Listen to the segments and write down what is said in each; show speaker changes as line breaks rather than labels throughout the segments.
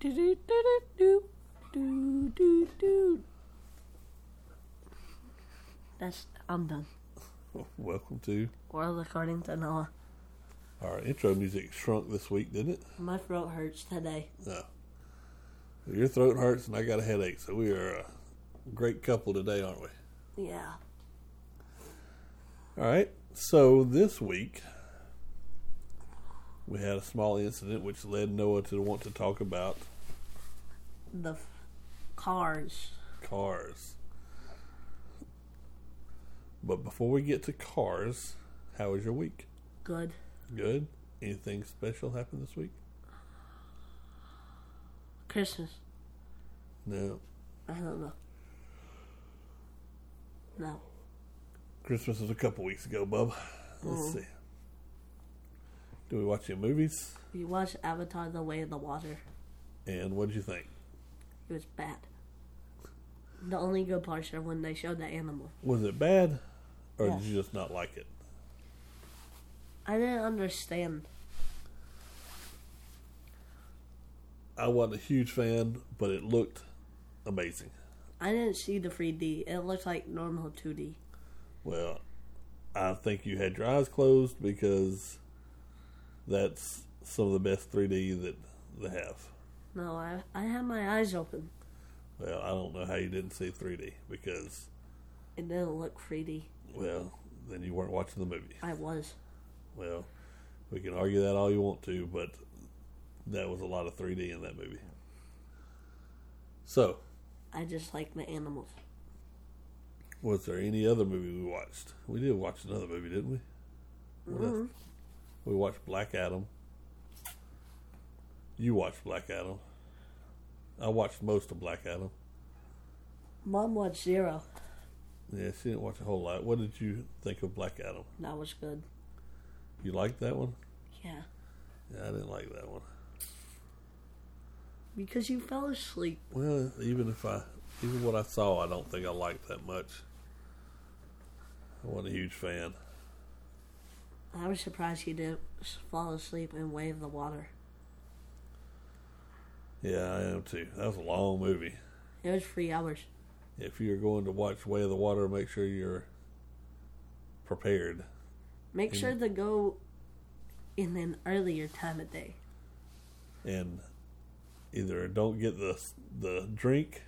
Do do do do do do do. That's I'm done.
Welcome to
World according to Noah.
our intro music. Shrunk this week, didn't it?
My throat hurts today.
No. Your throat hurts and I got a headache, so we are a great couple today, aren't we?
Yeah.
All right. So this week we had a small incident which led Noah to want to talk about
The f- cars.
cars. But before we get to cars, how was your week?
Good.
Good. Anything special happened this week?
Christmas.
No.
I don't know. No.
Christmas was a couple weeks ago, bub. Let's
Mhm.
see. Do we watch any movies?
We watched Avatar The Way of the Water.
And what did you think?
It was bad. The only good parts are when they showed the animal.
Was it bad, or
Yes.
did you just not like it?
I didn't understand.
I wasn't a huge fan, but it looked amazing.
I didn't see the 3D. It looked like normal 2D.
Well, I think you had your eyes closed because that's some of the best 3D that they have.
No, I I had my eyes open.
Well, I don't know how you didn't see 3D because,
It didn't look 3D.
well, then you weren't watching the movie.
I was.
Well, we can argue that all you want to, but that was a lot of 3D in that movie. So,
I just like the animals.
was there any other movie we watched? We did watch another movie, didn't we? What else? We watched Black Adam. You watched Black Adam. I watched most of Black Adam.
Mom watched Zero.
Yeah, she didn't watch a whole lot. What did you think of Black Adam?
That was good.
You liked that one?
Yeah.
Yeah, I didn't like that one.
Because you fell asleep.
Well, even if I, even what I saw, I don't think I liked that much. I wasn't a huge fan.
I was surprised you didn't s- fall asleep and wave the water.
Yeah, I am too. That was a long movie.
It was three hours.
If you're going to watch Way of the Water, make sure you're prepared.
Make sure to go in an earlier time of day.
and either don't get the the drink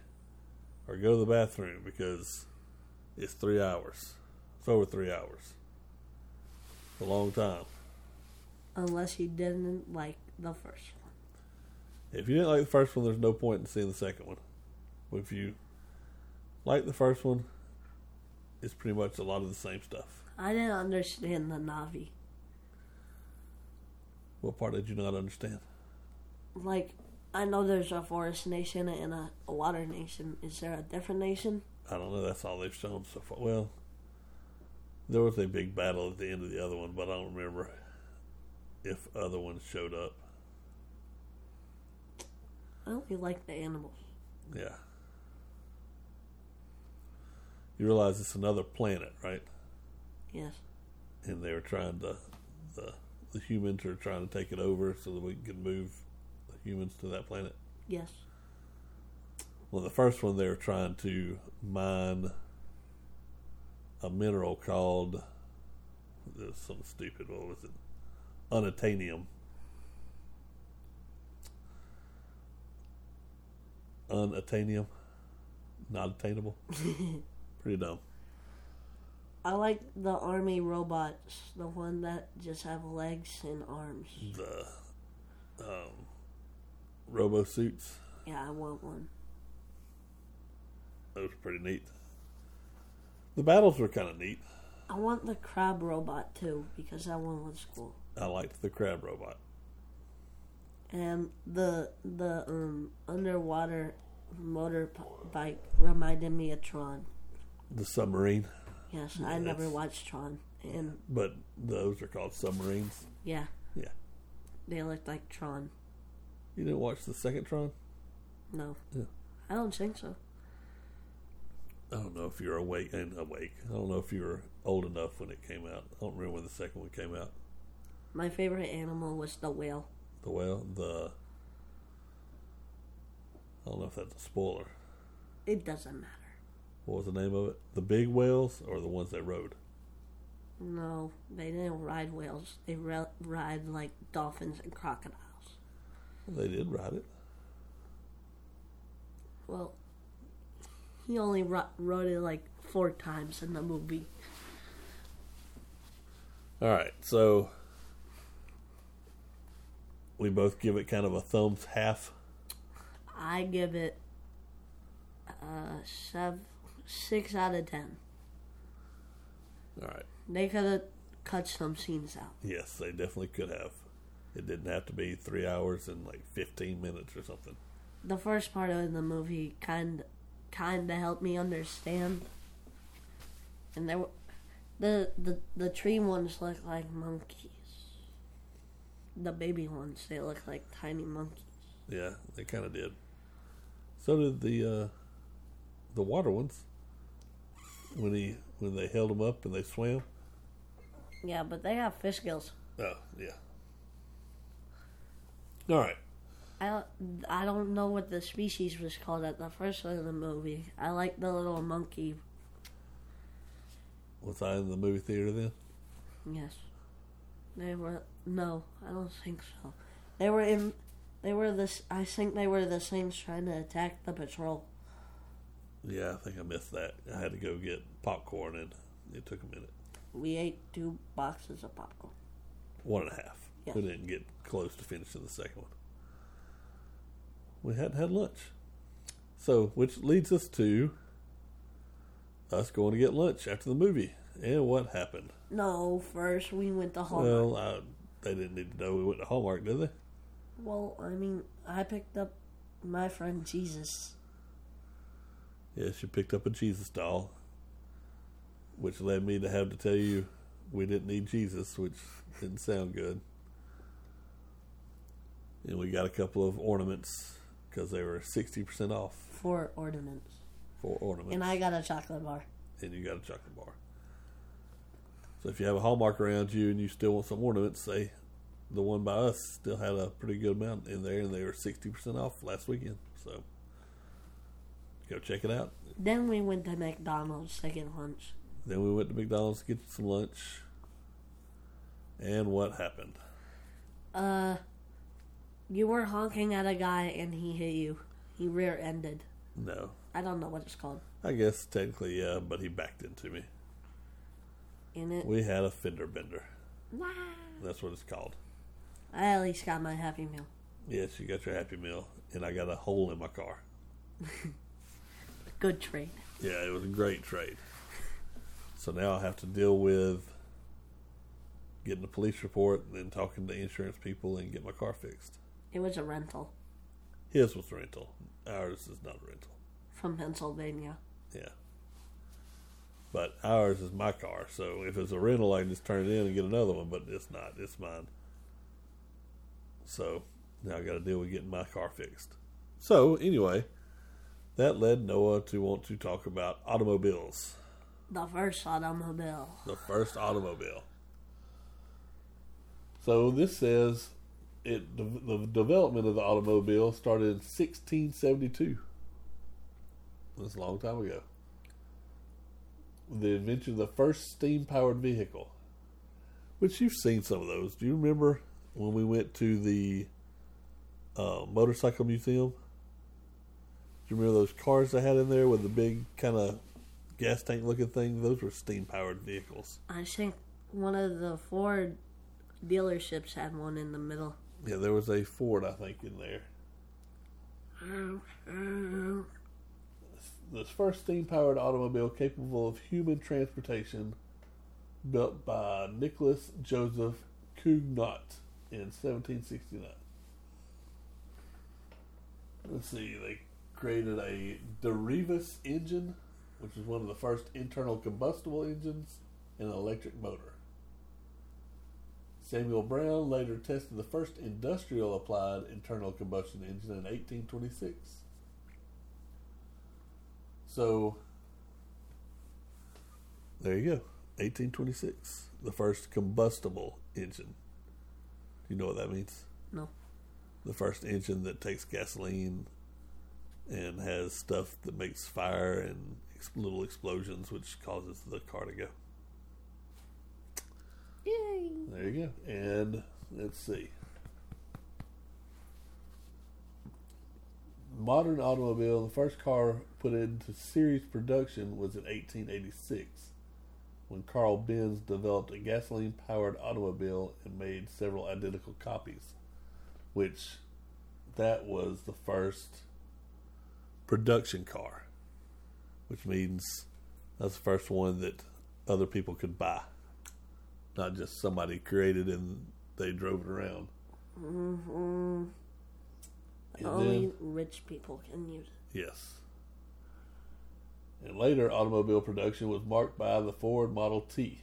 or go to the bathroom because it's three hours. It's over three hours. It's a long time.
Unless you didn't like the first one.
If you didn't like the first one, there's no point in seeing the second one. But if you like the first one, it's pretty much a lot of the same stuff.
I didn't understand the Navi.
What part did you not understand?
Like, I know there's a forest nation and a, a water nation. Is there a different nation?
I don't know. That's all they've shown so far. Well, there was a big battle at the end of the other one, but I don't remember if other ones showed up.
I only like the animals.
Yeah. You realize it's another planet, right?
Yes.
And they were trying to, the the humans are trying to take it over so that we can move the humans to that planet.
Yes.
Well, the first one they were trying to mine a mineral called there's something stupid. What was it? Unattainium. Unattainium. Not attainable. Pretty dumb.
I like the army robots, the one that just have legs and arms.
The um, robo suits.
Yeah, I want one.
That was pretty neat. The battles were kind of neat.
I want the crab robot too because that one was cool.
I liked the crab robot.
And the the um underwater motor p- bike reminded me of Tron.
The submarine.
Yes, I never
that's-
watched Tron, and
But those are called submarines.
yeah,
Yeah.
they looked like Tron.
You didn't watch the second Tron?
No,
Yeah.
I don't think so.
I don't know if you're awake and awake. I don't know if you were old enough when it came out. I don't remember when the second one came out.
My favorite animal was the whale.
The whale, the I don't know if that's a spoiler.
It doesn't matter.
What was the name of it? The big whales or the ones that rode?
No, they didn't ride whales. They re- ride like dolphins and crocodiles.
They did ride it.
Well, he only ro- rode it like four times in the movie.
All right, so we both give it kind of a thumbs half.
I give it uh, seven, six out of ten.
All right.
They could have cut some scenes out.
Yes, they definitely could have. It didn't have to be three hours and like fifteen minutes or something.
The first part of the movie kind kind of helped me understand, and there were the the the tree ones look like monkeys. The baby ones they look like tiny monkeys.
Yeah, they kind of did. So did the uh, the water ones when he when they held him up and they swam.
Yeah, but they have fish gills.
Oh yeah. All right.
I don't, I don't know what the species was called at the first one of the movie. I like the little monkey.
Was I in the movie theater then?
Yes, they were. No, I don't think so. They were in. They were this. I think they were the things trying to attack the patrol.
Yeah, I think I missed that. I had to go get popcorn and it took a minute.
We ate two boxes of popcorn.
One and a half.
Yeah.
We didn't get close to finishing the second one. We hadn't had lunch. So, which leads us to us going to get lunch after the movie. And what happened?
No, first we went to Hallmark.
Well, I, they didn't need to know we went to Hallmark, did they?
Well, I mean, I picked up my friend Jesus.
Yeah, she picked up a Jesus doll, which led me to have to tell you we didn't need Jesus, which didn't sound good. And we got a couple of ornaments because they were 60% off
for ornaments,
for ornaments.
and I got a chocolate bar.
and you got a chocolate bar. So if you have a Hallmark around you and you still want some ornaments, say the one by us still had a pretty good amount in there, and they were 60% off last weekend. So go check it out.
Then we went to McDonald's to get lunch.
Then we went to McDonald's to get some lunch. And what happened?
Uh, you were honking at a guy and he hit you. He rear ended.
No.
I don't know what it's called.
I guess technically, yeah, but he backed into me.
In it.
We had a fender bender.
Nah.
That's what it's called.
I at least got my Happy Meal.
Yes, you got your Happy Meal, and I got a hole in my car.
Good trade.
Yeah, it was a great trade. So now I have to deal with getting a police report, then talking to insurance people, and get my car fixed.
It was a rental
His was rental. Ours is not rental.
from Pennsylvania.
Yeah. But ours is my car, so if it's a rental, I can just turn it in and get another one. But it's not; it's mine. So now I got to deal with getting my car fixed. So anyway, that led Noah to want to talk about automobiles.
The first automobile.
The first automobile. So this says it the, the development of the automobile started in 1672. That's a long time ago. With The invention of the first steam powered vehicle. Which you've seen some of those. Do you remember when we went to the uh, motorcycle museum? Do you remember those cars they had in there with the big kind of gas tank looking thing? Those were steam powered vehicles.
I think one of the Ford dealerships had one in the middle.
Yeah, there was a Ford, I think, in there. The first steam powered automobile capable of human transportation, built by Nicholas Joseph Cugnot in 1769. Let's see, they created a Derivas engine, which was one of the first internal combustible engines, and an electric motor. Samuel Brown later tested the first industrial applied internal combustion engine in 1826. So, there you go. 1826, the first combustible engine. Do you know what that means?
No.
The first engine that takes gasoline and has stuff that makes fire and ex- little explosions, which causes the car to go.
Yay.
There you go. And let's see. Modern automobile, the first car put into series production was in 1886 when Carl Benz developed a gasoline powered automobile and made several identical copies, which that was the first production car, which means that's the first one that other people could buy not just somebody created and they drove it around.
Mm-hmm.
And
Only
then-
rich people can use it.
yes. And later, automobile production was marked by the Ford Model T,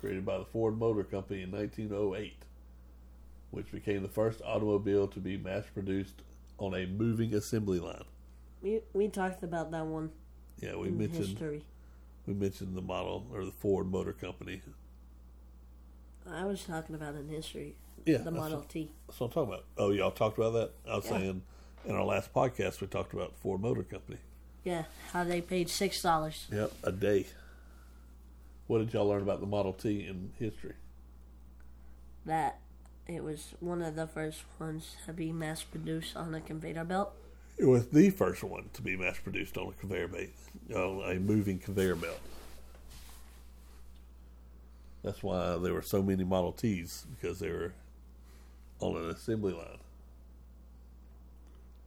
created by the Ford Motor Company in 1908, which became the first automobile to be mass produced on a moving assembly line.
We, we talked about that one
Yeah, we
in
mentioned
history.
we mentioned the model or the Ford Motor Company.
I was talking about in history.
Yeah,
the
that's
Model
what-
T.
That's what I'm talking about. Oh, y'all talked about that. I was
Yeah.
saying in our last podcast we talked about Ford Motor Company.
Yeah, how they paid six dollars.
Yep, a day. What did y'all learn about the Model T in history?
That it was one of the first ones to be mass produced on a conveyor belt.
It was the first one to be mass produced on a conveyor belt, on a moving conveyor belt. That's why there were so many Model Ts because they were on an assembly line.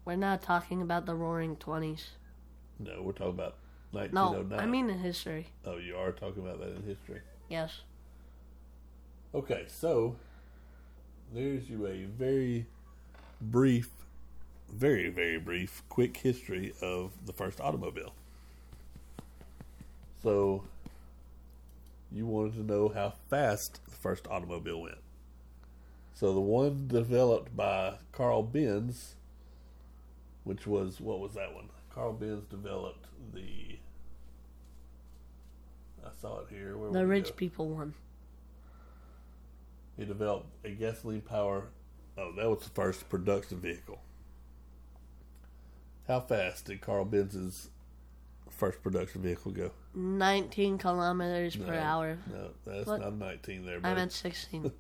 We're not talking about the Roaring Twenties.
No, we're talking about
No,
1909.
I mean in history.
oh, you are talking about that in history.
Yes.
Okay, so there's you a very brief, very, very brief, quick history of the first automobile. So you wanted to know how fast the first automobile went. So the one developed by Carl Benz, which was what was that one? Carl Benz developed the. I saw it here. Where
The
would it
rich
go?
people one.
He developed a gasoline power. Oh, that was the first production vehicle. How fast did Carl Benz's first production vehicle go?
Nineteen kilometers per
No,
hour.
No, that's
What?
not 19 there,
I
buddy.
meant sixteen.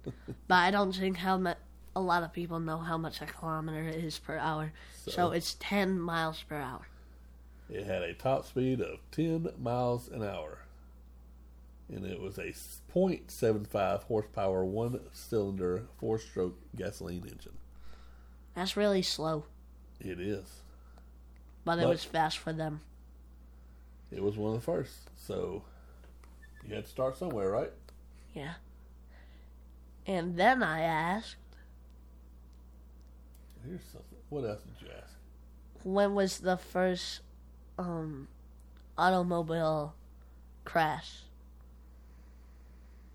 but I don't think how much a lot of people know how much a kilometer is per hour.
So-
so it's ten miles per hour.
It had a top speed of 10 miles an hour. And it was a 0.75 horsepower, one cylinder, four stroke gasoline engine.
That's really slow,
It is.
but it
But-
was fast for them.
It was one of the first. So you had to start somewhere, right?
Yeah. And then I asked,
Here's something. What else did you ask?
when was the first um, automobile crash?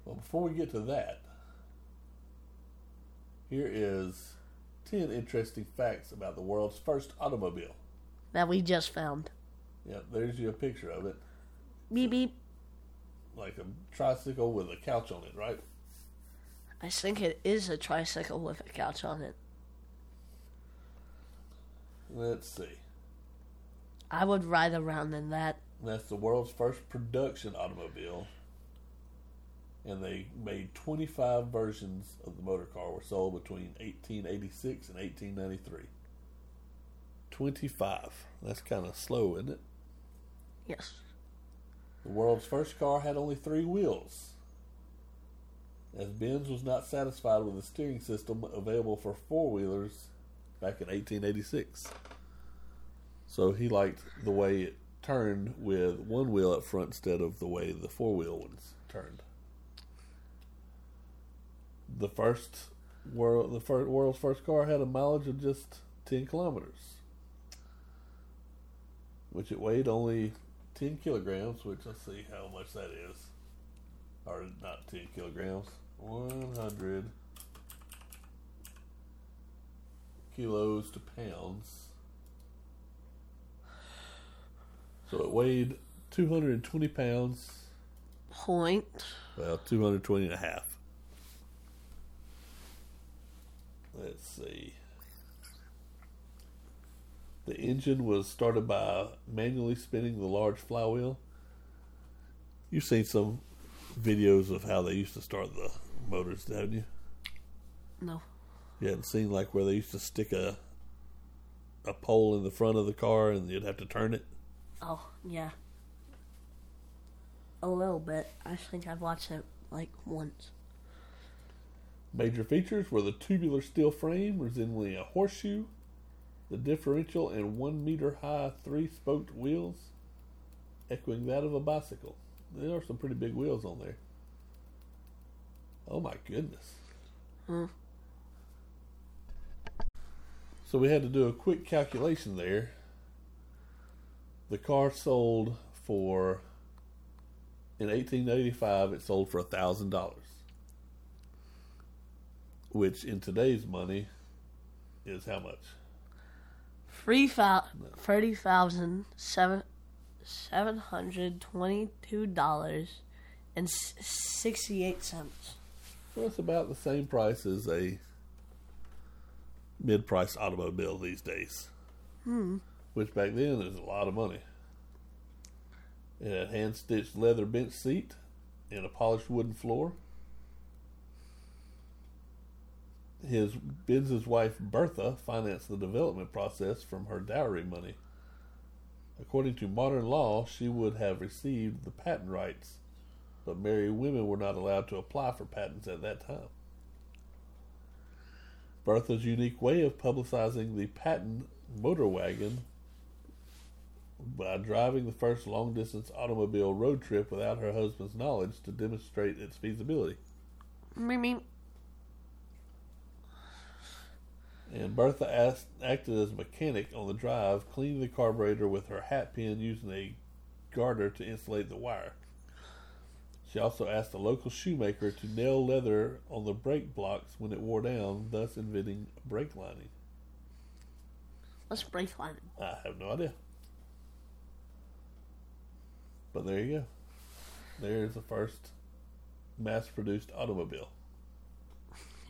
Well, before we get to that, here is 10 interesting facts about the world's first automobile.
that we just found.
Yep, there's you a picture of it.
Beep beep.
Like a tricycle with a couch on it, right?
I think it is a tricycle with a couch on it.
Let's see.
I would ride around in that.
That's the world's first production automobile. And they made 25 versions of the motor car were sold between 1886 and 1893. 25. That's kind of slow, isn't it?
Yes.
The world's first car had only three wheels. As Benz was not satisfied with the steering system available for four wheelers back in 1886. So he liked the way it turned with one wheel up front instead of the way the four wheel ones turned. The first world, the first, world's first car had a mileage of just 10 kilometers, which it weighed only 10 kilograms, which let's see how much that is. Or not 10 kilograms, 100 kilos to pounds. So it weighed 220 pounds,
Point.
well, 220 and a half. Let's see. The engine was started by manually spinning the large flywheel. You've seen some videos of how they used to start the motors, haven't you?
No.
You hadn't seen like where they used to stick a a pole in the front of the car and you'd have to turn it.
Oh, yeah. A little bit. I think I've watched it like once.
Major features were the tubular steel frame resembling a horseshoe, the differential and one meter high three spoked wheels, echoing that of a bicycle. There are some pretty big wheels on there. Oh my goodness.
Hmm.
So we had to do a quick calculation there. The car sold for in 1885 it sold for a thousand dollars which in today's money is how much
Three thou- thirty thousand seven seven hundred twenty-two dollars and s- sixty-eight cents.
well it's about the same price as a mid-priced automobile these days hmm. which back then is a lot of money it had hand-stitched leather bench seat and a polished wooden floor his Benz's wife Bertha financed the development process from her dowry money. According to modern law, she would have received the patent rights, but married women were not allowed to apply for patents at that time. Bertha's unique way of publicizing the patent motor wagon by driving the first long distance automobile road trip without her husband's knowledge to demonstrate its feasibility.
Me me.
And Bertha asked, acted as mechanic on the drive, cleaning the carburetor with her hat pin using a garter to insulate the wire. She also asked a local shoemaker to nail leather on the brake blocks when it wore down, thus inventing brake lining.
Let's break line.
I have no idea. But there you go. There's the first mass produced automobile.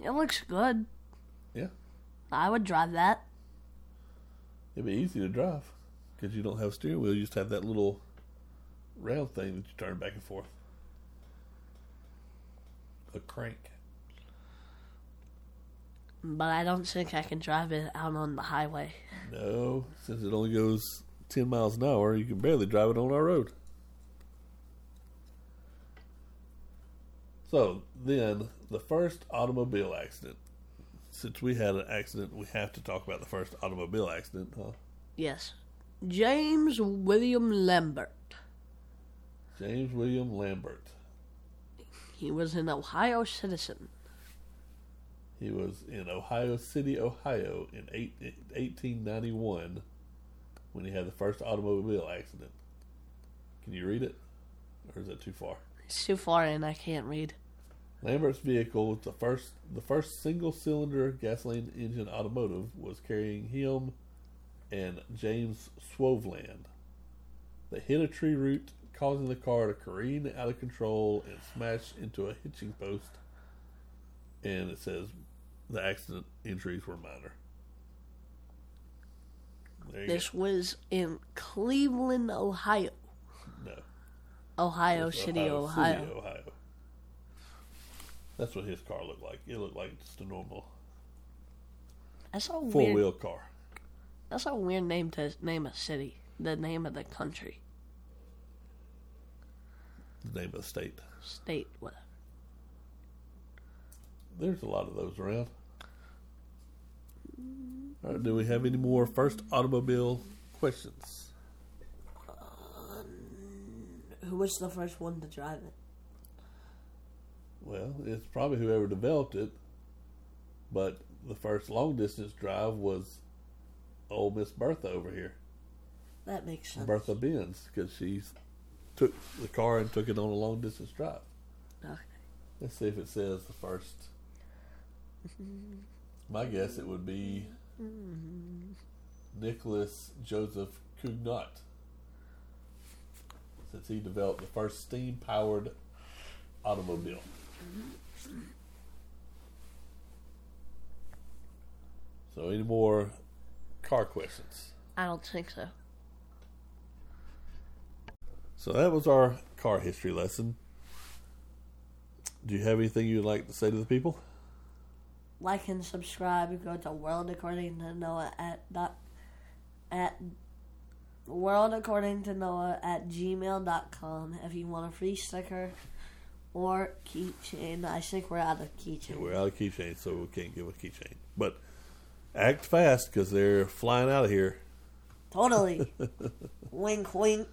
It looks good.
Yeah.
I would drive that.
It'd be easy to drive because you don't have a steering wheel. You just have that little round thing that you turn back and forth. A crank.
But I don't think I can drive it out on the highway.
No, since it only goes 10 miles an hour, you can barely drive it on our road. So, then, the first automobile accident. Since we had an accident, we have to talk about the first automobile accident, huh?
Yes. James William Lambert.
James William Lambert.
He was an Ohio citizen.
He was in Ohio City, Ohio in eight- 1891 when he had the first automobile accident. Can you read it? Or is that too far?
It's too far in, I can't read.
Lambert's vehicle was the first the first single cylinder gasoline engine automotive was carrying him and James Swoveland. They hit a tree root, causing the car to careen out of control and smash into a hitching post. And it says the accident injuries were minor. There you
This was in Cleveland, Ohio.
go. No.
Ohio City, Ohio.
City, Ohio. That's what his car looked like. It looked like just a normal
That's a
four
weird.
wheel car.
That's a weird name to name a city. The name of the country,
the name of the state.
state, whatever.
There's a lot of those around. All right, do we have any more first automobile questions?
Who was the first one to drive it?
Well, it's probably whoever developed it, but the first long distance drive was old Miss Bertha over here,
That makes sense.
Bertha Benz, because she took the car and took it on a long distance drive.
Okay.
Let's see if it says the first. My guess it would be Nicholas Joseph Cugnot, since he developed the first steam-powered automobile. So, any more car questions?
I don't think so.
So that was our car history lesson. Do you have anything you'd like to say to the people?
Like and subscribe. Go to World According to Noah at dot at World According to Noah at gmail.com if you want a free sticker or keychain. I think we're out of keychain.
We're out of keychains, so we can't give a keychain. But act fast because they're flying out of here.
Totally. wink, wink.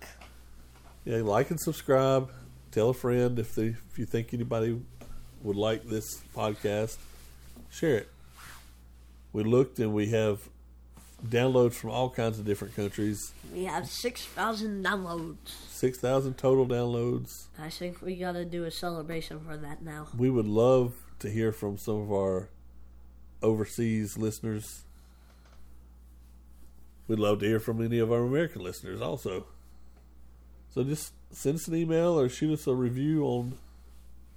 Yeah, like and subscribe. Tell a friend if they, if you think anybody would like this podcast, share it. We looked and we have downloads from all kinds of different countries.
We have 6,000 downloads.
Six thousand total downloads.
I think we gotta do a celebration for that now.
We would love to hear from some of our overseas listeners. We'd love to hear from any of our American listeners also. So just send us an email or shoot us a review on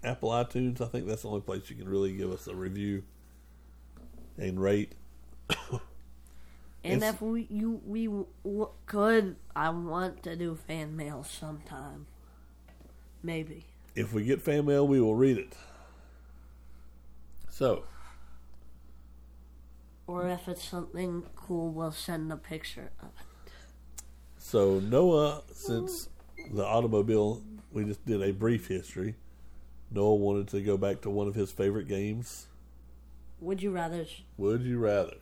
Apple iTunes. I think that's the only place you can really give us a review and rate.
And
It's-
if we you we w- could, I want to do fan mail sometime. Maybe.
If we get fan mail, we will read it. So,
Or if it's something cool, we'll send a picture of it.
so Noah, since the automobile, we just did a brief history. Noah wanted to go back to one of his favorite games,
Would you rather?
Would you rather?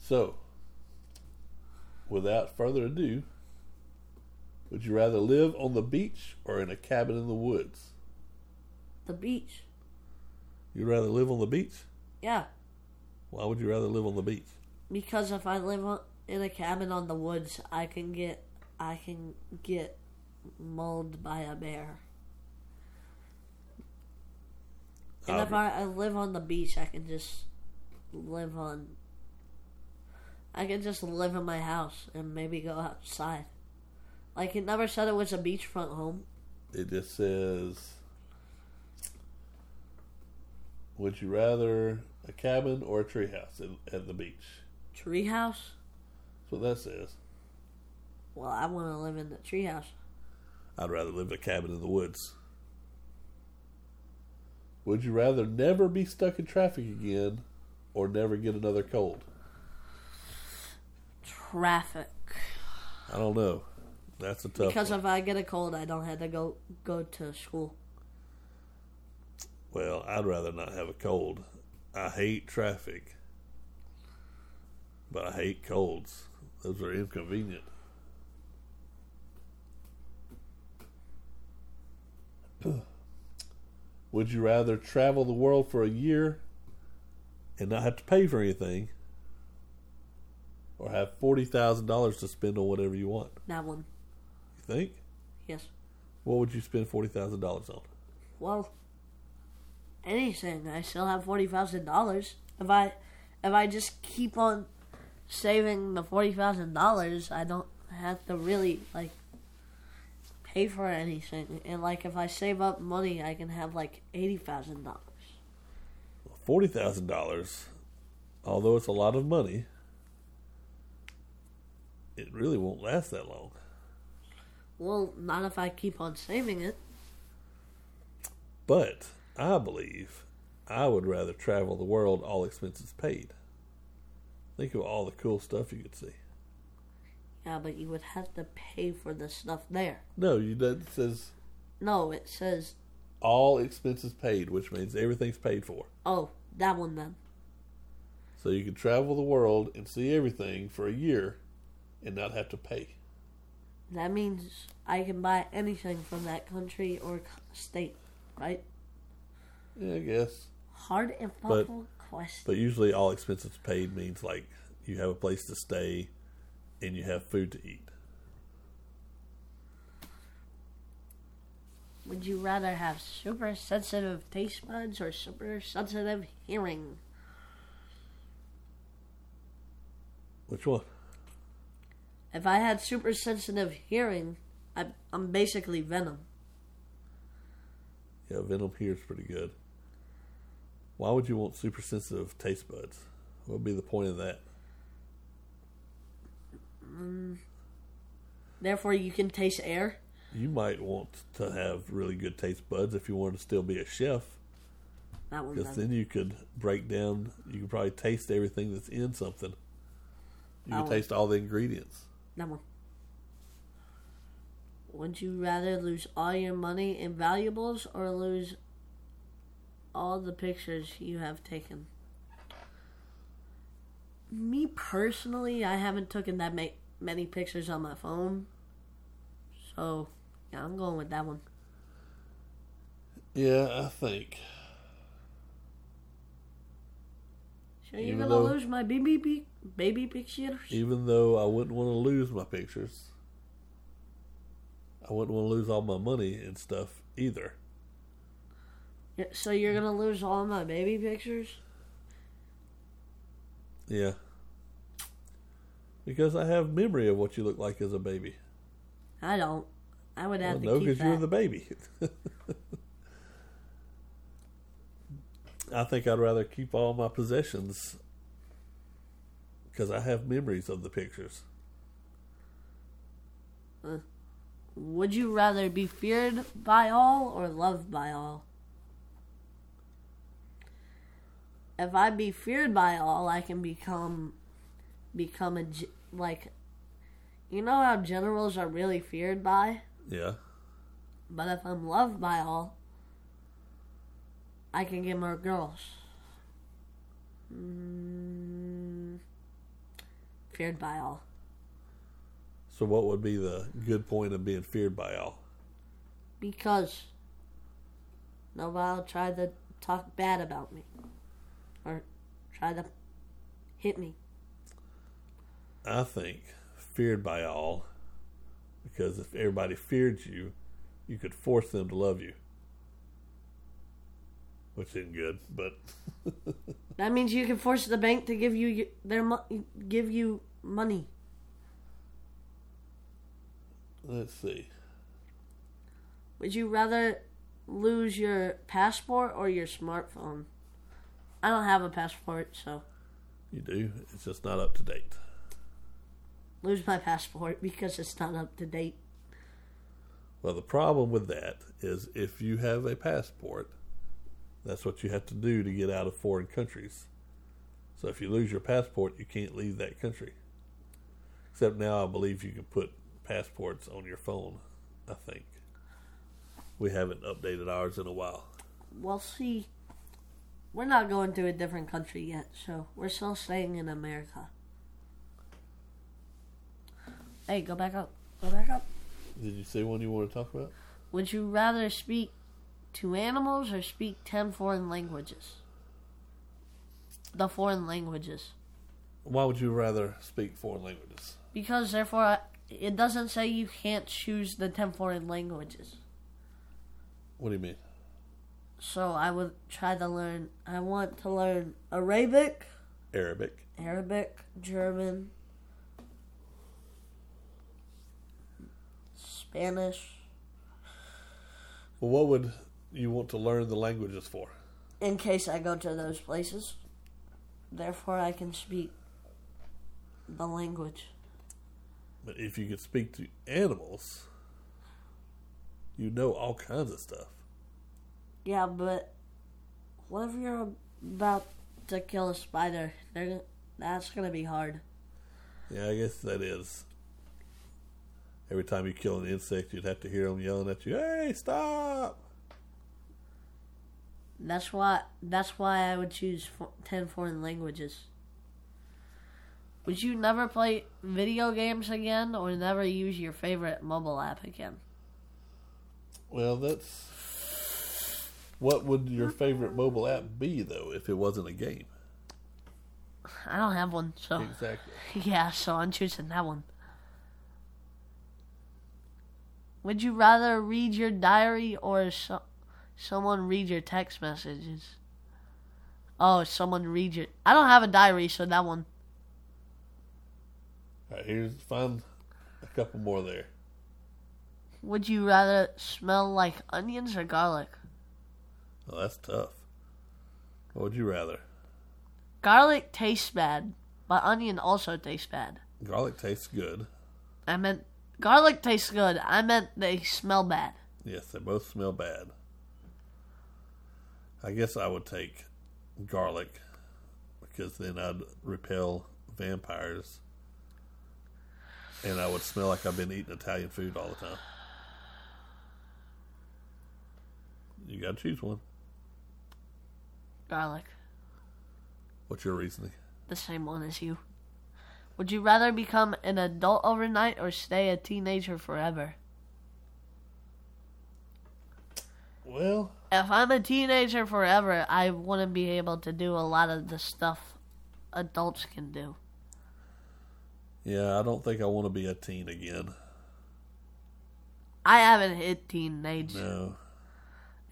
So, without further ado, would you rather live on the beach or in a cabin in the woods?
The beach.
You'd rather live on the beach?
Yeah.
Why would you rather live on the beach?
Because if I live on, in a cabin on the woods, I can get I can get mauled by a bear. And if
Obvi-
I, I live on the beach, I can just live on. I can just live in my house and maybe go outside. Like it never said it was a beachfront home.
It just says, would you rather a cabin or a treehouse at, at the beach?
Treehouse.
That's what that says.
Well, I want to live in the treehouse.
I'd rather live in a cabin in the woods. Would you rather never be stuck in traffic again or never get another cold?
Traffic.
I don't know. That's a tough
Because
one.
if I get a cold, I don't have to go go to school.
well, I'd rather not have a cold. I hate traffic, but I hate colds. Those are inconvenient. Would you rather travel the world for a year and not have to pay for anything or have $40,000 to spend on whatever you want?
That one.
You think?
Yes.
What would you spend $40,000 on?
Well, anything. I still have forty thousand dollars. If I if I just keep on saving the forty thousand dollars, I don't have to really like pay for anything. And like if I save up money, I can have like eighty thousand dollars.
forty thousand dollars, although it's a lot of money, it really won't last that long.
Well, not if I keep on saving it.
But I believe I would rather travel the world all expenses paid. Think of all the cool stuff you could see.
Yeah, but you would have to pay for the stuff there.
No, you that says
No, it says
all expenses paid, which means everything's paid for.
oh that one then.
So you could travel the world and see everything for a year and not have to pay.
That means I can buy anything from that country or co- state, right?
Yeah, I guess.
Hard and thoughtful question.
But usually, all expenses paid means like you have a place to stay and you have food to eat.
Would you rather have super sensitive taste buds or super sensitive hearing?
Which one?
If I had super sensitive hearing, I, I'm basically Venom.
Yeah, Venom here is pretty good. Why would you want super sensitive taste buds? What would be the point of that?
Therefore, you can taste air.
You might want to have really good taste buds if you want to still be a chef,
That one.
because
doesn't.
then you could break down. You could probably taste everything that's in something. You
I
could
would-
taste all the ingredients.
That one. Would you rather lose all your money in valuables or lose all the pictures you have taken? Me personally, I haven't taken that ma- many pictures on my phone. So, yeah, I'm going with that one.
Yeah, I think.
So you're
Even
gonna
though-
lose my baby pic- baby pictures?
Even though I wouldn't want to lose my pictures, I wouldn't want to lose all my money and stuff either.
Yeah, So you're gonna lose all my baby pictures?
Yeah. Because I have memory of what you look like as a baby.
I don't. I would
I
have
know
to keep
because
that.
you're the baby. I think I'd rather keep all my possessions because I have memories of the pictures.
Would you rather be feared by all or loved by all? If I be feared by all, I can become become a ge- like you know how generals are really feared by,
Yeah.
but if I'm loved by all, I can get more girls. Mm, feared by all.
So, what would be the good point of being feared by all?
because nobody will try to talk bad about me or try to hit me.
I think feared by all because if everybody feared you, you could force them to love you, which isn't good, but
That means you can force the bank to give you y- their mo- give you money.
let's see.
Would you rather lose your passport or your smartphone? I don't have a passport, so
You do. It's just not up to date.
lose my passport because it's not up to date.
Well, the problem with that is if you have a passport, that's what you have to do to get out of foreign countries. So if you lose your passport, you can't leave that country. Except now, I believe you can put passports on your phone. I think we haven't updated ours in a while.
Well, see, we're not going to a different country yet, so we're still staying in America. Hey, go back up. Go back up.
Did you see one you want to talk about?
Would you rather speak to animals or speak 10 foreign languages? The foreign languages.
Why would you rather speak foreign languages?
Because, therefore, I- it doesn't say you can't choose the 10 foreign languages.
What do you mean?
So I would try to learn, I want to learn Arabic.
Arabic.
Arabic, German, Spanish,
Well, what would you want to learn the languages for?
in case I go to those places. Therefore, I can speak the language.
But if you could speak to animals, you know all kinds of stuff.
Yeah, but what if you're about to kill a spider? They're, gon- that's gonna be hard.
Yeah, I guess that is. Every time you kill an insect, you'd have to hear them yelling at you, "Hey, stop!"
That's why. That's why I would choose fo- ten foreign languages. Would you never play video games again, or never use your favorite mobile app again?
Well, that's what would your favorite mobile app be though, if it wasn't a game?
I don't have one, so
Exactly.
yeah. So I'm choosing that one. Would you rather read your diary or so- someone read your text messages? Oh, someone read your. I don't have a diary, so that one.
All right, here's find a couple more there.
Would you rather smell like onions or garlic?
Oh, that's tough. What would you rather?
Garlic tastes bad, but onion also tastes bad.
Garlic tastes good.
I meant Garlic tastes good. I meant they smell bad.
Yes, they both smell bad. I guess I would take garlic because then I'd repel vampires and I would smell like I've been eating Italian food all the time. You gotta choose one.
Garlic.
What's your reasoning?
The same one as you. Would you rather become an adult overnight or stay a teenager forever?
Well,
If I'm a teenager forever, I wouldn't be able to do a lot of the stuff adults can do.
yeah, I don't think I want to be a teen again.
I haven't hit teenage,
No.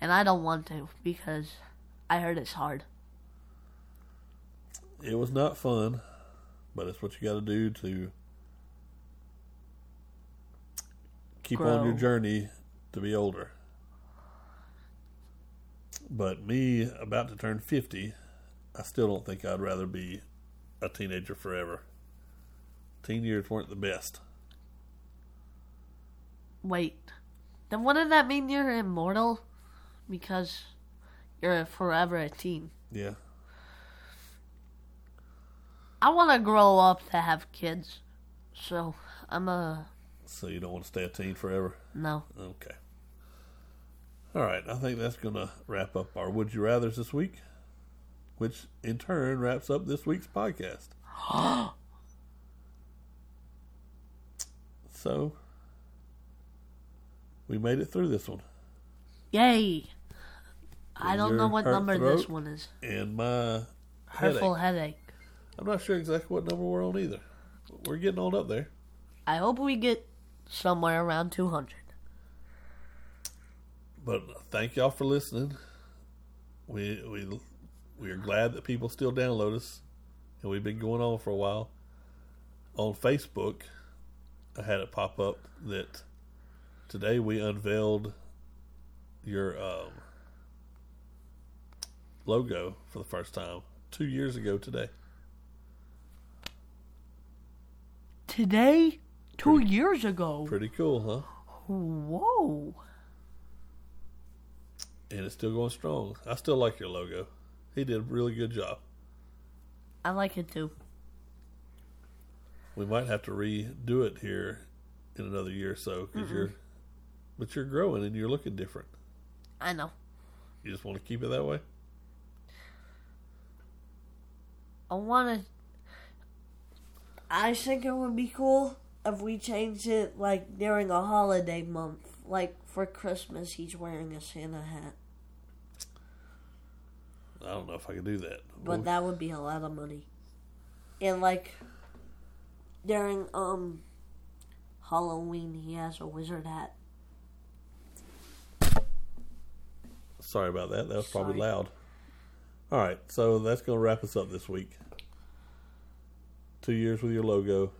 and I don't want to because I heard it's hard.
It was not fun, but it's what you gotta do to keep on your
Grow.
journey to be older. But me about to turn 50, I still don't think I'd rather be a teenager forever. Teen years weren't the best.
Wait, then wouldn't that mean you're immortal? Because you're forever a teen.
Yeah.
I want to grow up to have kids, so I'm a
So you don't want to stay a teen forever?
no.
Okay. All right, I think that's going to wrap up our Would You Rathers this week, which in turn wraps up this week's podcast. so, we made it through this one.
Yay! I
Is
don't know
your
what
heart
number this
throat?
one is.
And my headache.
Hurtful headache.
I'm not sure exactly what number we're on either. We're getting on up there.
I hope we get somewhere around 200.
But thank y'all for listening. We we we are glad that people still download us, and we've been going on for a while. On Facebook, I had it pop up that today we unveiled your um, logo for the first time two years ago today.
Today, two years ago.
Pretty cool, huh?
Whoa.
And it's still going strong. I still like your logo. He did a really good job.
I like it too.
We might have to redo it here in another year or so because you're, but you're growing and you're looking different.
I know.
You just want to keep it that way.
I want to. I think it would be cool if we changed it like during a holiday month. Like for Christmas, he's wearing a Santa hat.
I don't know if I can do that.
But that would be a lot of money. And like during um Halloween, he has a wizard hat.
Sorry about that. That was probably
Sorry.
loud. All right, so that's going to wrap us up this week. Two years with your logo.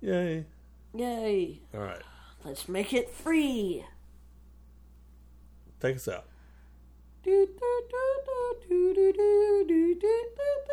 Yay!
Yay!
All right,
Let's make it free.
take us out.
Do, do, do, do, do, do, do, do, do, do.